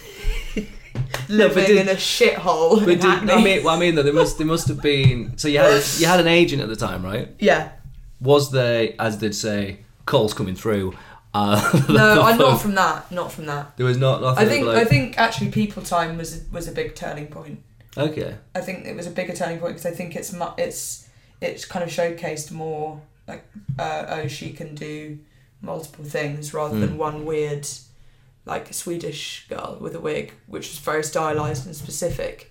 Speaker 4: living
Speaker 1: but did-
Speaker 4: in a shithole. in
Speaker 1: But did,
Speaker 4: Hackney.
Speaker 1: I mean, well, I mean, though, there must there must have been. So you had a, you had an agent at the time, right?
Speaker 4: yeah.
Speaker 1: Was there, as they'd say, calls coming through? Uh,
Speaker 4: No, I'm not from that. Not from that.
Speaker 1: There was not nothing.
Speaker 4: I think
Speaker 1: like-
Speaker 4: I think actually people time was was a big turning point.
Speaker 1: Okay.
Speaker 4: I think it was a bigger turning point because I think it's mu- it's it's kind of showcased more like uh, oh she can do multiple things rather
Speaker 1: Hmm.
Speaker 4: than one weird like Swedish girl with a wig which was very stylized and specific.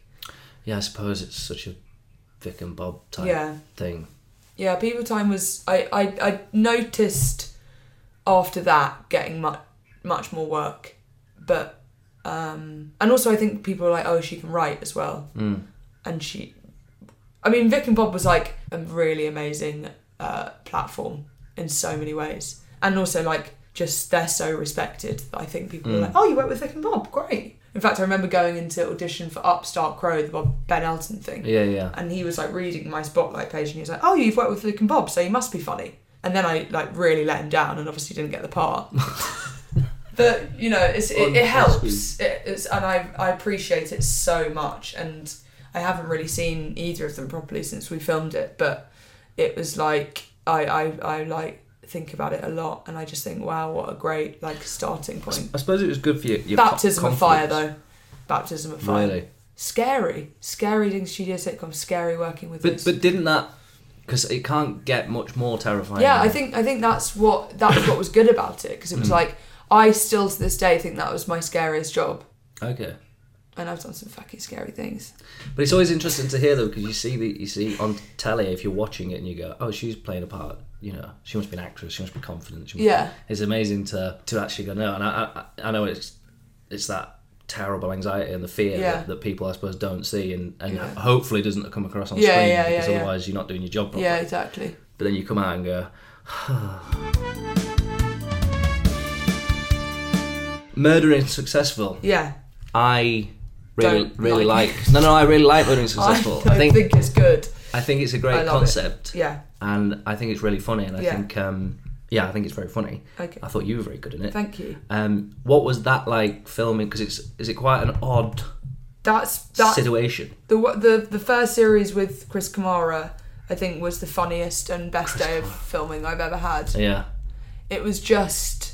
Speaker 1: Yeah, I suppose it's such a Vic and Bob type
Speaker 4: Yeah.
Speaker 1: thing.
Speaker 4: Yeah, people time was I I, I noticed after that getting much much more work, but um and also I think people were like oh she can write as well, mm. and she, I mean Vic and Bob was like a really amazing uh, platform in so many ways, and also like just they're so respected that I think people were like oh you work with Vic and Bob great. In fact, I remember going into audition for Upstart Crow, the Bob Ben Elton thing
Speaker 1: Yeah, yeah.
Speaker 4: and he was like reading my spotlight page and he was like oh you've worked with luke and bob so you must be funny and then i like really let him down and obviously didn't get the part but you know it's, it, it helps it, it's, and I, I appreciate it so much and i haven't really seen either of them properly since we filmed it but it was like i i, I like think about it a lot and i just think wow what a great like starting point
Speaker 1: I suppose it was good for your, your
Speaker 4: baptism
Speaker 1: co-
Speaker 4: of fire
Speaker 1: confidence.
Speaker 4: though baptism of fire
Speaker 1: Really.
Speaker 4: scary scary doing studio sitcoms scary working with
Speaker 1: But
Speaker 4: us.
Speaker 1: but didn't that? Because it can't get much more terrifying.
Speaker 4: yeah i think i think that's what that's what was good about it because it was like i still to this day think that was my scariest job
Speaker 1: Okay.
Speaker 4: and i've done some fucking scary things
Speaker 1: But it's always interesting to hear though, because you see the you see on telly if you're watching it and you go, oh, she's playing a part. You know, she must be an actress. She must be confident. She must
Speaker 4: Yeah.
Speaker 1: It's amazing to to actually go no, and I I, I know it's it's that terrible anxiety and the fear
Speaker 4: Yeah.
Speaker 1: that, that people I suppose don't see and, and
Speaker 4: Yeah.
Speaker 1: hopefully doesn't come across on
Speaker 4: Yeah,
Speaker 1: screen
Speaker 4: yeah, yeah,
Speaker 1: because
Speaker 4: yeah.
Speaker 1: otherwise you're not doing your job properly.
Speaker 4: yeah exactly
Speaker 1: But then you come out and go. Murdering successful.
Speaker 4: yeah
Speaker 1: I really
Speaker 4: Don't
Speaker 1: really
Speaker 4: like
Speaker 1: like. no no I really like murdering successful.
Speaker 4: I, think, think it's good
Speaker 1: I think it's a
Speaker 4: I
Speaker 1: great
Speaker 4: love it.
Speaker 1: concept,
Speaker 4: yeah
Speaker 1: and I think it's really funny. And I
Speaker 4: Yeah.
Speaker 1: think, um, yeah, I think it's very funny.
Speaker 4: Okay.
Speaker 1: I thought you were very good in it.
Speaker 4: thank you
Speaker 1: Um, what was that like filming? Because it's is it quite an odd
Speaker 4: that's that's
Speaker 1: situation?
Speaker 4: the wa- the the first series with chris kamara i think was the funniest and best day of filming i've ever had
Speaker 1: Yeah,
Speaker 4: it was just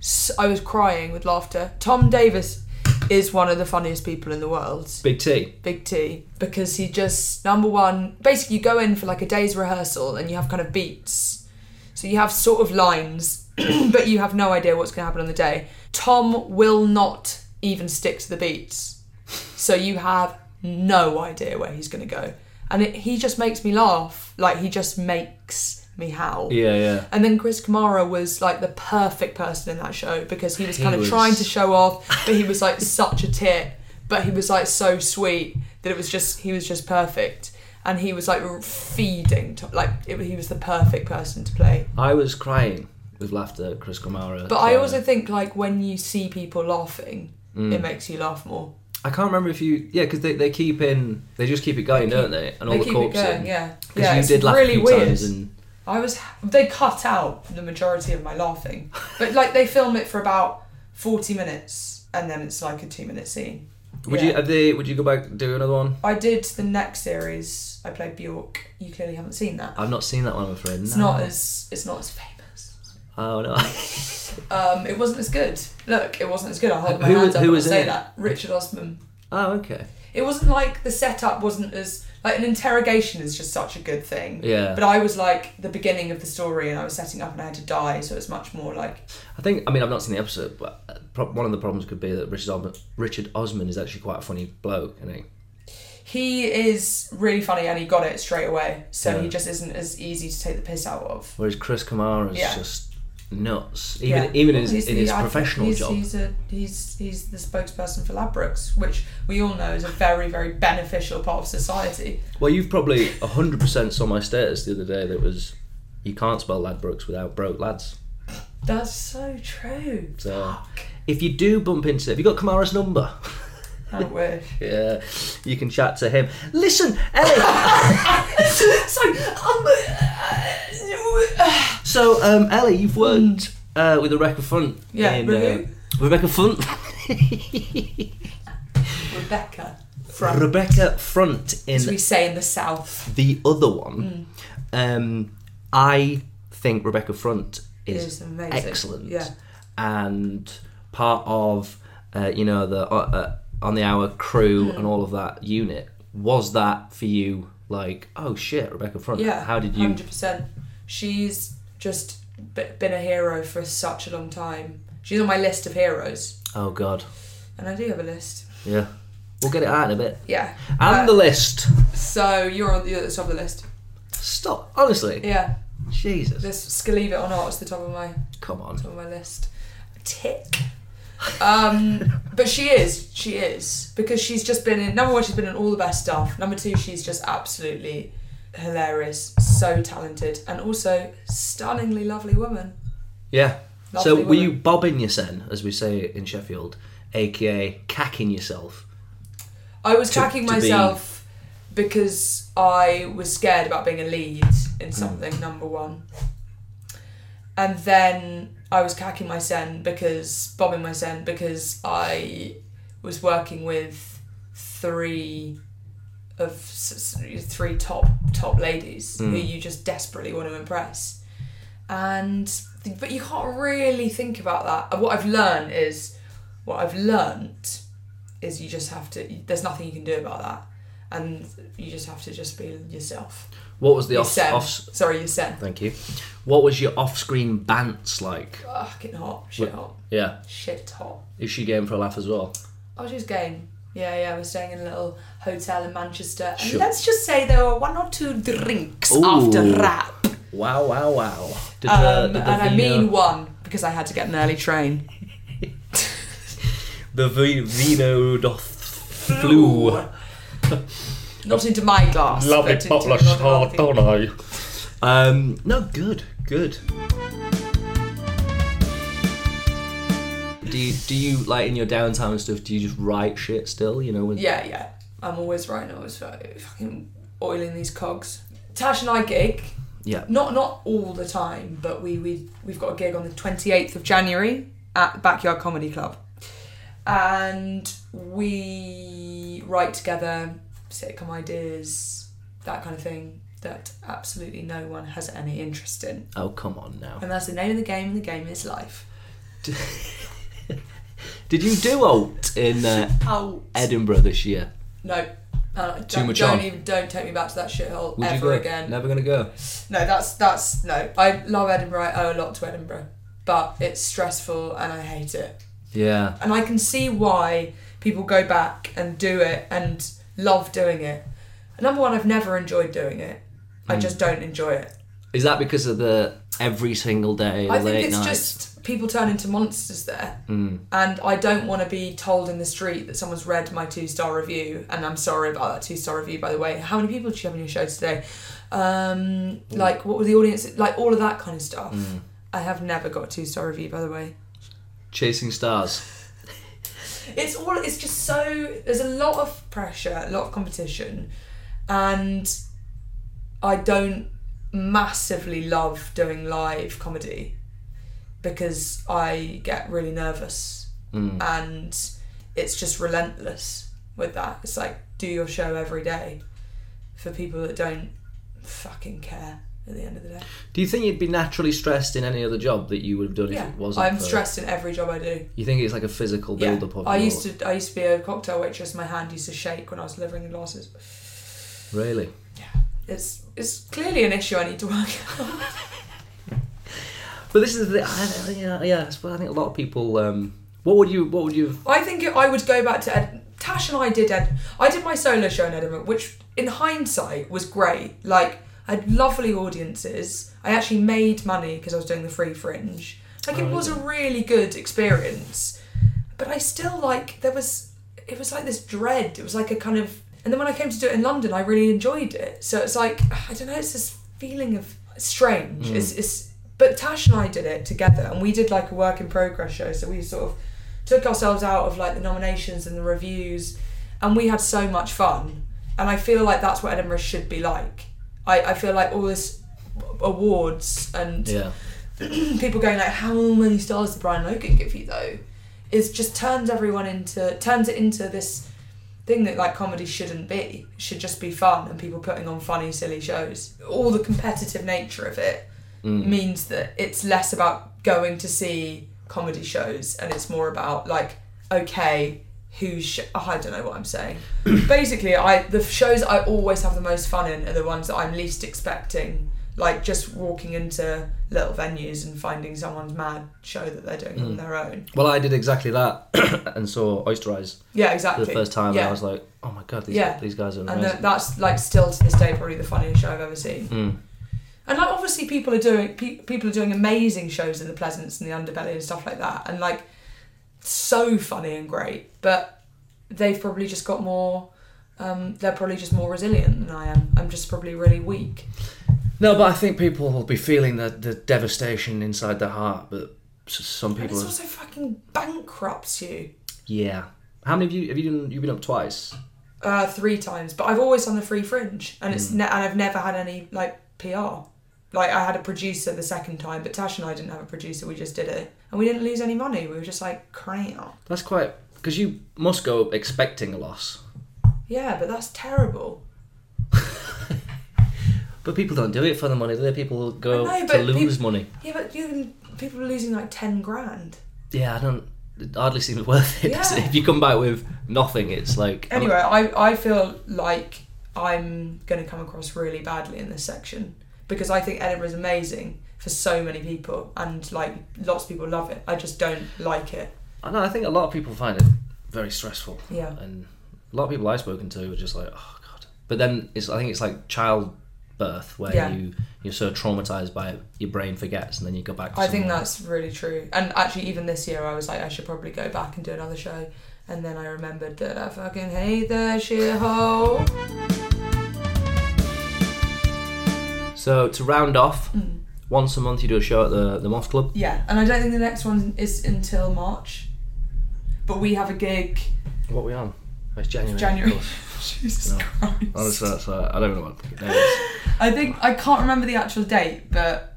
Speaker 4: s- i was crying with laughter tom davis is one of the funniest people in the world
Speaker 1: Big T.
Speaker 4: Big T because he just number one basically you go in for like a day's rehearsal and you have kind of beats. So you have sort of lines but you have no idea what's going to happen on the day. Tom will not even stick to the beats. So you have no idea where he's going to go. And it, he just makes me laugh. Like he just makes me howl.
Speaker 1: Yeah, yeah.
Speaker 4: And then Chris Kamara was like the perfect person in that show because he was kind of
Speaker 1: was-
Speaker 4: trying to show off, but he was like such a tit, but he was like so sweet that it was just he was just perfect. And he was like feeding, to, like it, he was the perfect person to play.
Speaker 1: I was crying with laughter, at Chris uh, Kamara. Mm.
Speaker 4: But I also think like when you see people laughing, it makes you laugh more.
Speaker 1: I can't remember if you yeah because they, they keep in they just keep it going don't they and all
Speaker 4: they
Speaker 1: the
Speaker 4: keep it
Speaker 1: corpses
Speaker 4: going, yeah.
Speaker 1: because
Speaker 4: Yeah,
Speaker 1: you
Speaker 4: it's
Speaker 1: did laugh a
Speaker 4: really
Speaker 1: few
Speaker 4: weird.
Speaker 1: times and
Speaker 4: I was. They cut out the majority of my laughing, but like they film it for about forty minutes, and then it's like a two-minute scene.
Speaker 1: would
Speaker 4: Yeah.
Speaker 1: you have they would you go back and do another one
Speaker 4: I did the next series. I played Bjork. You clearly haven't seen that.
Speaker 1: I've not seen that one I'm afraid
Speaker 4: It's
Speaker 1: no.
Speaker 4: not as. It's not as famous.
Speaker 1: oh no
Speaker 4: Um, it wasn't as good. Look, it wasn't as good. I hold my
Speaker 1: Who-
Speaker 4: hands up
Speaker 1: who
Speaker 4: and I
Speaker 1: was in
Speaker 4: say
Speaker 1: it?
Speaker 4: that. Richard Osman.
Speaker 1: oh okay
Speaker 4: It wasn't like the setup wasn't as like an interrogation is just such a good thing.
Speaker 1: Yeah.
Speaker 4: But I was like the beginning of the story, and I was setting up, and I had to die, so it's much more like
Speaker 1: I think I mean I've not seen the episode but uh, prob- one of the problems could be that Richard Osman, Richard Osman is actually quite a funny bloke isn't he
Speaker 4: he is really funny, and he got it straight away. So
Speaker 1: Yeah.
Speaker 4: he just isn't as easy to take the piss out of.
Speaker 1: whereas Chris Kamara is
Speaker 4: Yeah.
Speaker 1: just nuts even
Speaker 4: Yeah.
Speaker 1: even in his,
Speaker 4: He's
Speaker 1: in
Speaker 4: the-
Speaker 1: his
Speaker 4: I think
Speaker 1: professional
Speaker 4: he's,
Speaker 1: job
Speaker 4: He's, a, he's he's the spokesperson for Labrooks, which we all know is a very very beneficial part of society.
Speaker 1: Well, you've probably 100% saw my status the other day that was you can't spell Ladbrokes without broke lads.
Speaker 4: That's so true.
Speaker 1: So if you do bump into have you got Kamara's number?
Speaker 4: I wish.
Speaker 1: yeah, you can chat to him. Listen, Ellie.
Speaker 4: so um, uh,
Speaker 1: so um, Ellie, you've worked uh, with Rebecca Funt.
Speaker 4: Hmm. Yeah,
Speaker 1: in,
Speaker 4: with
Speaker 1: uh, Rebecca Funt.
Speaker 4: Rebecca from
Speaker 1: Rebecca Front
Speaker 4: as we
Speaker 1: in
Speaker 4: say in the south
Speaker 1: the other one.
Speaker 4: Hmm.
Speaker 1: Um, I think Rebecca Front is,
Speaker 4: is amazing.
Speaker 1: excellent.
Speaker 4: Yeah.
Speaker 1: And part of, uh, you know, the uh, uh, on the hour crew
Speaker 4: Hmm.
Speaker 1: and all of that unit. Was that for you like, oh shit, Rebecca Front?
Speaker 4: Yeah.
Speaker 1: How did you?
Speaker 4: Hundred percent. She's just b- been a hero for such a long time. She's on my list of heroes,
Speaker 1: Oh god.
Speaker 4: and I do have a list.
Speaker 1: Yeah. We'll get it out in a bit.
Speaker 4: Yeah.
Speaker 1: And
Speaker 4: Uh,
Speaker 1: the list.
Speaker 4: so you're on you're at the top of the list.
Speaker 1: Stop. Honestly.
Speaker 4: Yeah.
Speaker 1: Jesus.
Speaker 4: This Scalive it or not is the top of my
Speaker 1: Come on.
Speaker 4: top of my list. Tick. Um, but she is, she is, because she's just been in. Number one, she's been in all the best stuff. Number two, she's just absolutely hilarious, so talented, and also stunningly lovely woman.
Speaker 1: Yeah.
Speaker 4: Lovely
Speaker 1: so were
Speaker 4: woman.
Speaker 1: you bobbing your sen, as we say in Sheffield, aka cacking yourself?
Speaker 4: I was
Speaker 1: To-
Speaker 4: tracking
Speaker 1: to be-
Speaker 4: myself because I was scared about being a lead
Speaker 1: Mm.
Speaker 4: in something, number one. And then I was cacking my sen because, bombing my sen because I was working with three of s- s- three top top ladies who
Speaker 1: Mm.
Speaker 4: you just desperately want to impress and but you can't really think about that And what i've learned is what i've learned is you just have to there's nothing you can do about that and you just have to just be yourself
Speaker 1: What was the
Speaker 4: your
Speaker 1: off,
Speaker 4: sen
Speaker 1: off?
Speaker 4: sorry your sen
Speaker 1: Thank you. What was your off-screen bants like?
Speaker 4: fucking hot shit hot
Speaker 1: Yeah,
Speaker 4: shit hot
Speaker 1: is she game for a laugh as well?
Speaker 4: oh she's game yeah yeah we're staying in a little hotel in manchester and
Speaker 1: Sure.
Speaker 4: let's just say there were one or two drinks
Speaker 1: Ooh.
Speaker 4: after rap
Speaker 1: Wow, wow, wow. Did
Speaker 4: um, and i
Speaker 1: vino-
Speaker 4: mean one because i had to get an early train
Speaker 1: the vi- vino doth flew.
Speaker 4: Not into my glass. but into a lot of other people.
Speaker 1: Um, no, good, good. Do you, do you like in your downtime and stuff? Do you just write shit still? You know, when,
Speaker 4: Yeah, yeah. I'm always right now. It's like fucking oiling these cogs. Tash and I gig.
Speaker 1: yeah.
Speaker 4: Not not all the time, but we we we've got a gig on the 28th of January at the Backyard Comedy Club, and we write together sitcom ideas, that kind of thing that absolutely no one has any interest in,
Speaker 1: Oh come on now.
Speaker 4: and that's the name of the game. And the game is life.
Speaker 1: Did you do alt in uh,
Speaker 4: Out.
Speaker 1: Edinburgh this year?
Speaker 4: No. Uh, Too
Speaker 1: much
Speaker 4: don't
Speaker 1: on.
Speaker 4: even don't take me back to that shithole
Speaker 1: Would
Speaker 4: ever
Speaker 1: you go?
Speaker 4: again.
Speaker 1: Never gonna go.
Speaker 4: No, that's that's no. I love Edinburgh. I owe a lot to Edinburgh, but it's stressful and I hate it.
Speaker 1: Yeah.
Speaker 4: And I can see why people go back and do it and love doing it. Number one, I've never enjoyed doing it.
Speaker 1: Hmm.
Speaker 4: I just don't enjoy it.
Speaker 1: Is that because of the every single day
Speaker 4: I
Speaker 1: late
Speaker 4: think it's
Speaker 1: nights? Hmm.
Speaker 4: just people turn into monsters there, and I don't want to be told in the street that someone's read my two star review. And I'm sorry about that two star review, by the way. How many people did you have on your show today? Um, like, what were the audience like? All of that kind of stuff.
Speaker 1: Hmm.
Speaker 4: I have never got a two star review, by the way.
Speaker 1: Chasing stars.
Speaker 4: It's all. It's just so. There's a lot of pressure, a lot of competition, and I don't massively love doing live comedy because I get really nervous
Speaker 1: Hmm.
Speaker 4: and it's just relentless with that. It's like do your show every day for people that don't fucking care at the end of the day.
Speaker 1: Do you think you'd be naturally stressed in any other job that you would have done
Speaker 4: Yeah,
Speaker 1: if it wasn't?
Speaker 4: I'm
Speaker 1: for-
Speaker 4: stressed in every job I do.
Speaker 1: You think it's like a physical
Speaker 4: Yeah,
Speaker 1: build up of
Speaker 4: I
Speaker 1: your-
Speaker 4: used to I used to be a cocktail waitress. My hand used to shake when I was delivering the glasses.
Speaker 1: really.
Speaker 4: It's it's clearly an issue I need to work on.
Speaker 1: But this is the I, I- yeah yeah. I suppose I think a lot of people. Um, what would you What would you? have-
Speaker 4: I think it, I would go back to Ed. Tash and I did Ed. I did my solo show in Edinburgh, which in hindsight was great. Like I had lovely audiences. I actually made money because I was doing the free fringe. Like it was a really good experience. But I still like there was it was like this dread. It was like a kind of and then when I came to do it in London, I really enjoyed it. So it's like I don't know. It's this feeling of strange. It's, it's but Tash and I did it together, and we did like a work in progress show. So we sort of took ourselves out of like the nominations and the reviews, and we had so much fun. And I feel like that's what Edinburgh should be like. I, I feel like all this awards and
Speaker 1: Yeah.
Speaker 4: people going like, how many stars did Brian Logan give you though? Is just turns everyone into turns it into this thing that like comedy shouldn't be. It should just be fun and people putting on funny, silly shows. All the competitive nature of it means that it's less about going to see comedy shows and it's more about like, okay, who's sh- oh, I don't know what I'm saying. Basically, I the shows I always have the most fun in are the ones that I'm least expecting. Like just walking into little venues and finding someone's mad show that they're doing
Speaker 1: Hmm.
Speaker 4: on their own.
Speaker 1: Well, I did exactly that, and saw Oysterize
Speaker 4: Yeah,
Speaker 1: for
Speaker 4: exactly.
Speaker 1: the first time, and
Speaker 4: Yeah.
Speaker 1: I was like, oh my god, these,
Speaker 4: Yeah.
Speaker 1: these guys are amazing. Hmm.
Speaker 4: and that, that's like still to this day probably the funniest show I've ever seen. And like obviously people are doing pe- people are doing amazing shows in the Pleasance and the Underbelly and stuff like that, and like so funny and great. But they've probably just got more. Um, they're probably just more resilient than I am. I'm just probably really weak.
Speaker 1: No, but I think people will be feeling the, the devastation inside their heart, but s- some
Speaker 4: And
Speaker 1: people,
Speaker 4: it's also fucking bankrupts you
Speaker 1: yeah. How many of you have you done? You've been up twice.
Speaker 4: uh, three times, but I've always done the free fringe, and it's ne- and I've never had any like PR. Like I had a producer the second time, but Tash and I didn't have a producer. We just did it, and we didn't lose any money. We were just like crap.
Speaker 1: That's quite because you must go expecting a loss,
Speaker 4: Yeah, but that's terrible.
Speaker 1: but people don't do it for the money. Do they? People go
Speaker 4: I know,
Speaker 1: to
Speaker 4: but
Speaker 1: lose
Speaker 4: peop-
Speaker 1: money.
Speaker 4: Yeah, but you people are losing like ten grand.
Speaker 1: Yeah, I don't. It hardly seems worth it. does it?
Speaker 4: Yeah.
Speaker 1: If you come back with nothing, it's like I'm-
Speaker 4: Anyway, I, I feel like I'm going to come across really badly in this section because I think Edinburgh's amazing for so many people and like lots of people love it. I just don't like it.
Speaker 1: I know. I think a lot of people find it very stressful.
Speaker 4: Yeah.
Speaker 1: And a lot of people I've spoken to are just like, oh god. But then it's I think it's like childbirth where
Speaker 4: Yeah.
Speaker 1: you you're so traumatized by it, your brain forgets, and then you go back. To
Speaker 4: I think
Speaker 1: somewhere.
Speaker 4: that's really true. And actually, even this year, I was like, I should probably go back and do another show. And then I remembered that I fucking hate the shithole.
Speaker 1: So to round off, once a month you do a show at the the Moth Club.
Speaker 4: Hmm. Yeah, and I don't think the next one is until March. But we have a gig
Speaker 1: What are we on? Oh, It's January.
Speaker 4: January.
Speaker 1: of course.
Speaker 4: Jesus
Speaker 1: No.
Speaker 4: Christ.
Speaker 1: Honestly, that's, uh, I don't even know what. no, it's-
Speaker 4: I think I can't remember the actual date, but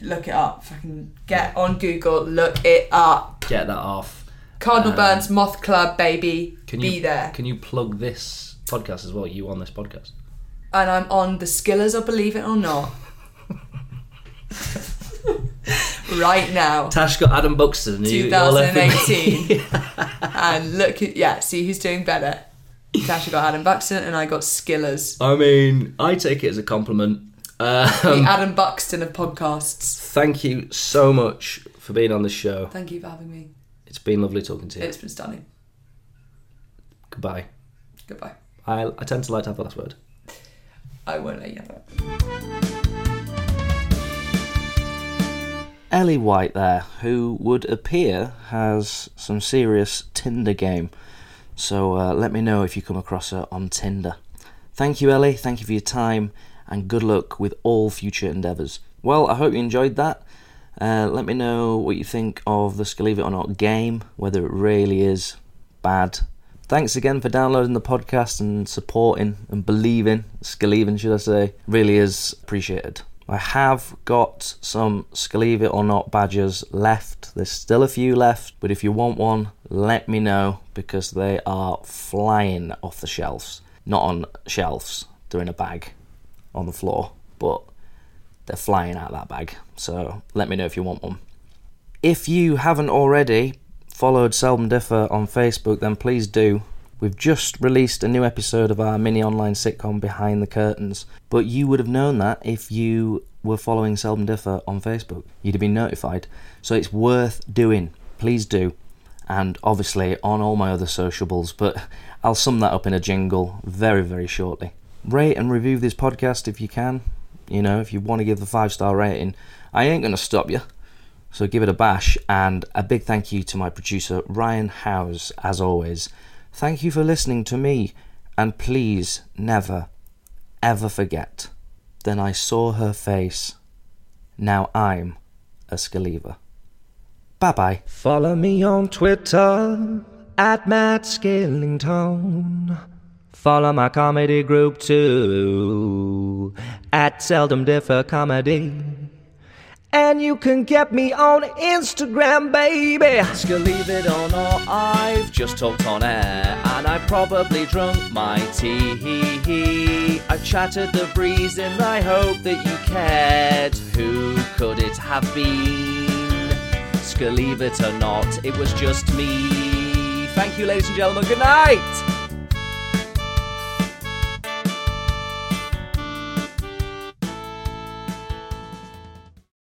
Speaker 4: look it up. Fucking get on Google, look it up.
Speaker 1: Get that off.
Speaker 4: Cardinal
Speaker 1: Um,
Speaker 4: Burns Moth Club, baby.
Speaker 1: Can
Speaker 4: Be
Speaker 1: you
Speaker 4: there.
Speaker 1: Can you plug this podcast as well? You on this podcast?
Speaker 4: and I'm on the Skillers or Believe It or Not. right now,
Speaker 1: Tash got Adam Buxton. you- you're left with me.
Speaker 4: 2018. and look at, yeah, see who's doing better. Tasha got Adam Buxton and I got Skillers.
Speaker 1: I mean, I take it as a compliment.
Speaker 4: The
Speaker 1: Um,
Speaker 4: Adam Buxton of podcasts.
Speaker 1: thank you so much for being on the show.
Speaker 4: Thank you for having me.
Speaker 1: It's been lovely talking to you.
Speaker 4: It's been stunning.
Speaker 1: Goodbye.
Speaker 4: Goodbye.
Speaker 1: I, I tend to like to have the last word.
Speaker 4: I won't let you have it.
Speaker 5: Ellie White there, who would appear has some serious Tinder game. So uh, let me know if you come across her on Tinder. Thank you, Ellie. Thank you for your time, and good luck with all future endeavours. Well, I hope you enjoyed that.
Speaker 6: Uh, let me know what you think of the Believe It or Not game, whether it really is bad. Thanks again for downloading the podcast and supporting and believing, Skeleven, should I say, really is appreciated. I have got some Skeleave It or Not badges left. There's still a few left, but if you want one, let me know because they are flying off the shelves. Not on shelves, they're in a bag on the floor, but they're flying out of that bag. So let me know if you want one. If you haven't already followed Seldom Differ on Facebook, then please do. We've just released a new episode of our mini online sitcom Behind the Curtains, but you would have known that if you were following Seldom Differ on Facebook. You'd have been notified. So it's worth doing. Please do. And obviously on all my other sociables, but I'll sum that up in a jingle very, very shortly. Rate and review this podcast if you can. You know, if you want to give the five star rating, I ain't going to stop you. So give it a bash, and a big thank you to my producer, Ryan Howes, as always. Thank you for listening to me, and please never, ever forget. Then I saw her face. Now I'm a Skaliva. Bye bye.
Speaker 2: Follow me on Twitter at Matt Skillington. Follow my comedy group too at Seldom Differ Comedy. And you can get me on Instagram, baby.
Speaker 6: Believe it or not, I've just talked on air, and I probably drunk my tea. I chattered the breeze, and I hope that you cared. Who could it have been? Believe it or not, it was just me. Thank you, ladies and gentlemen. Good night.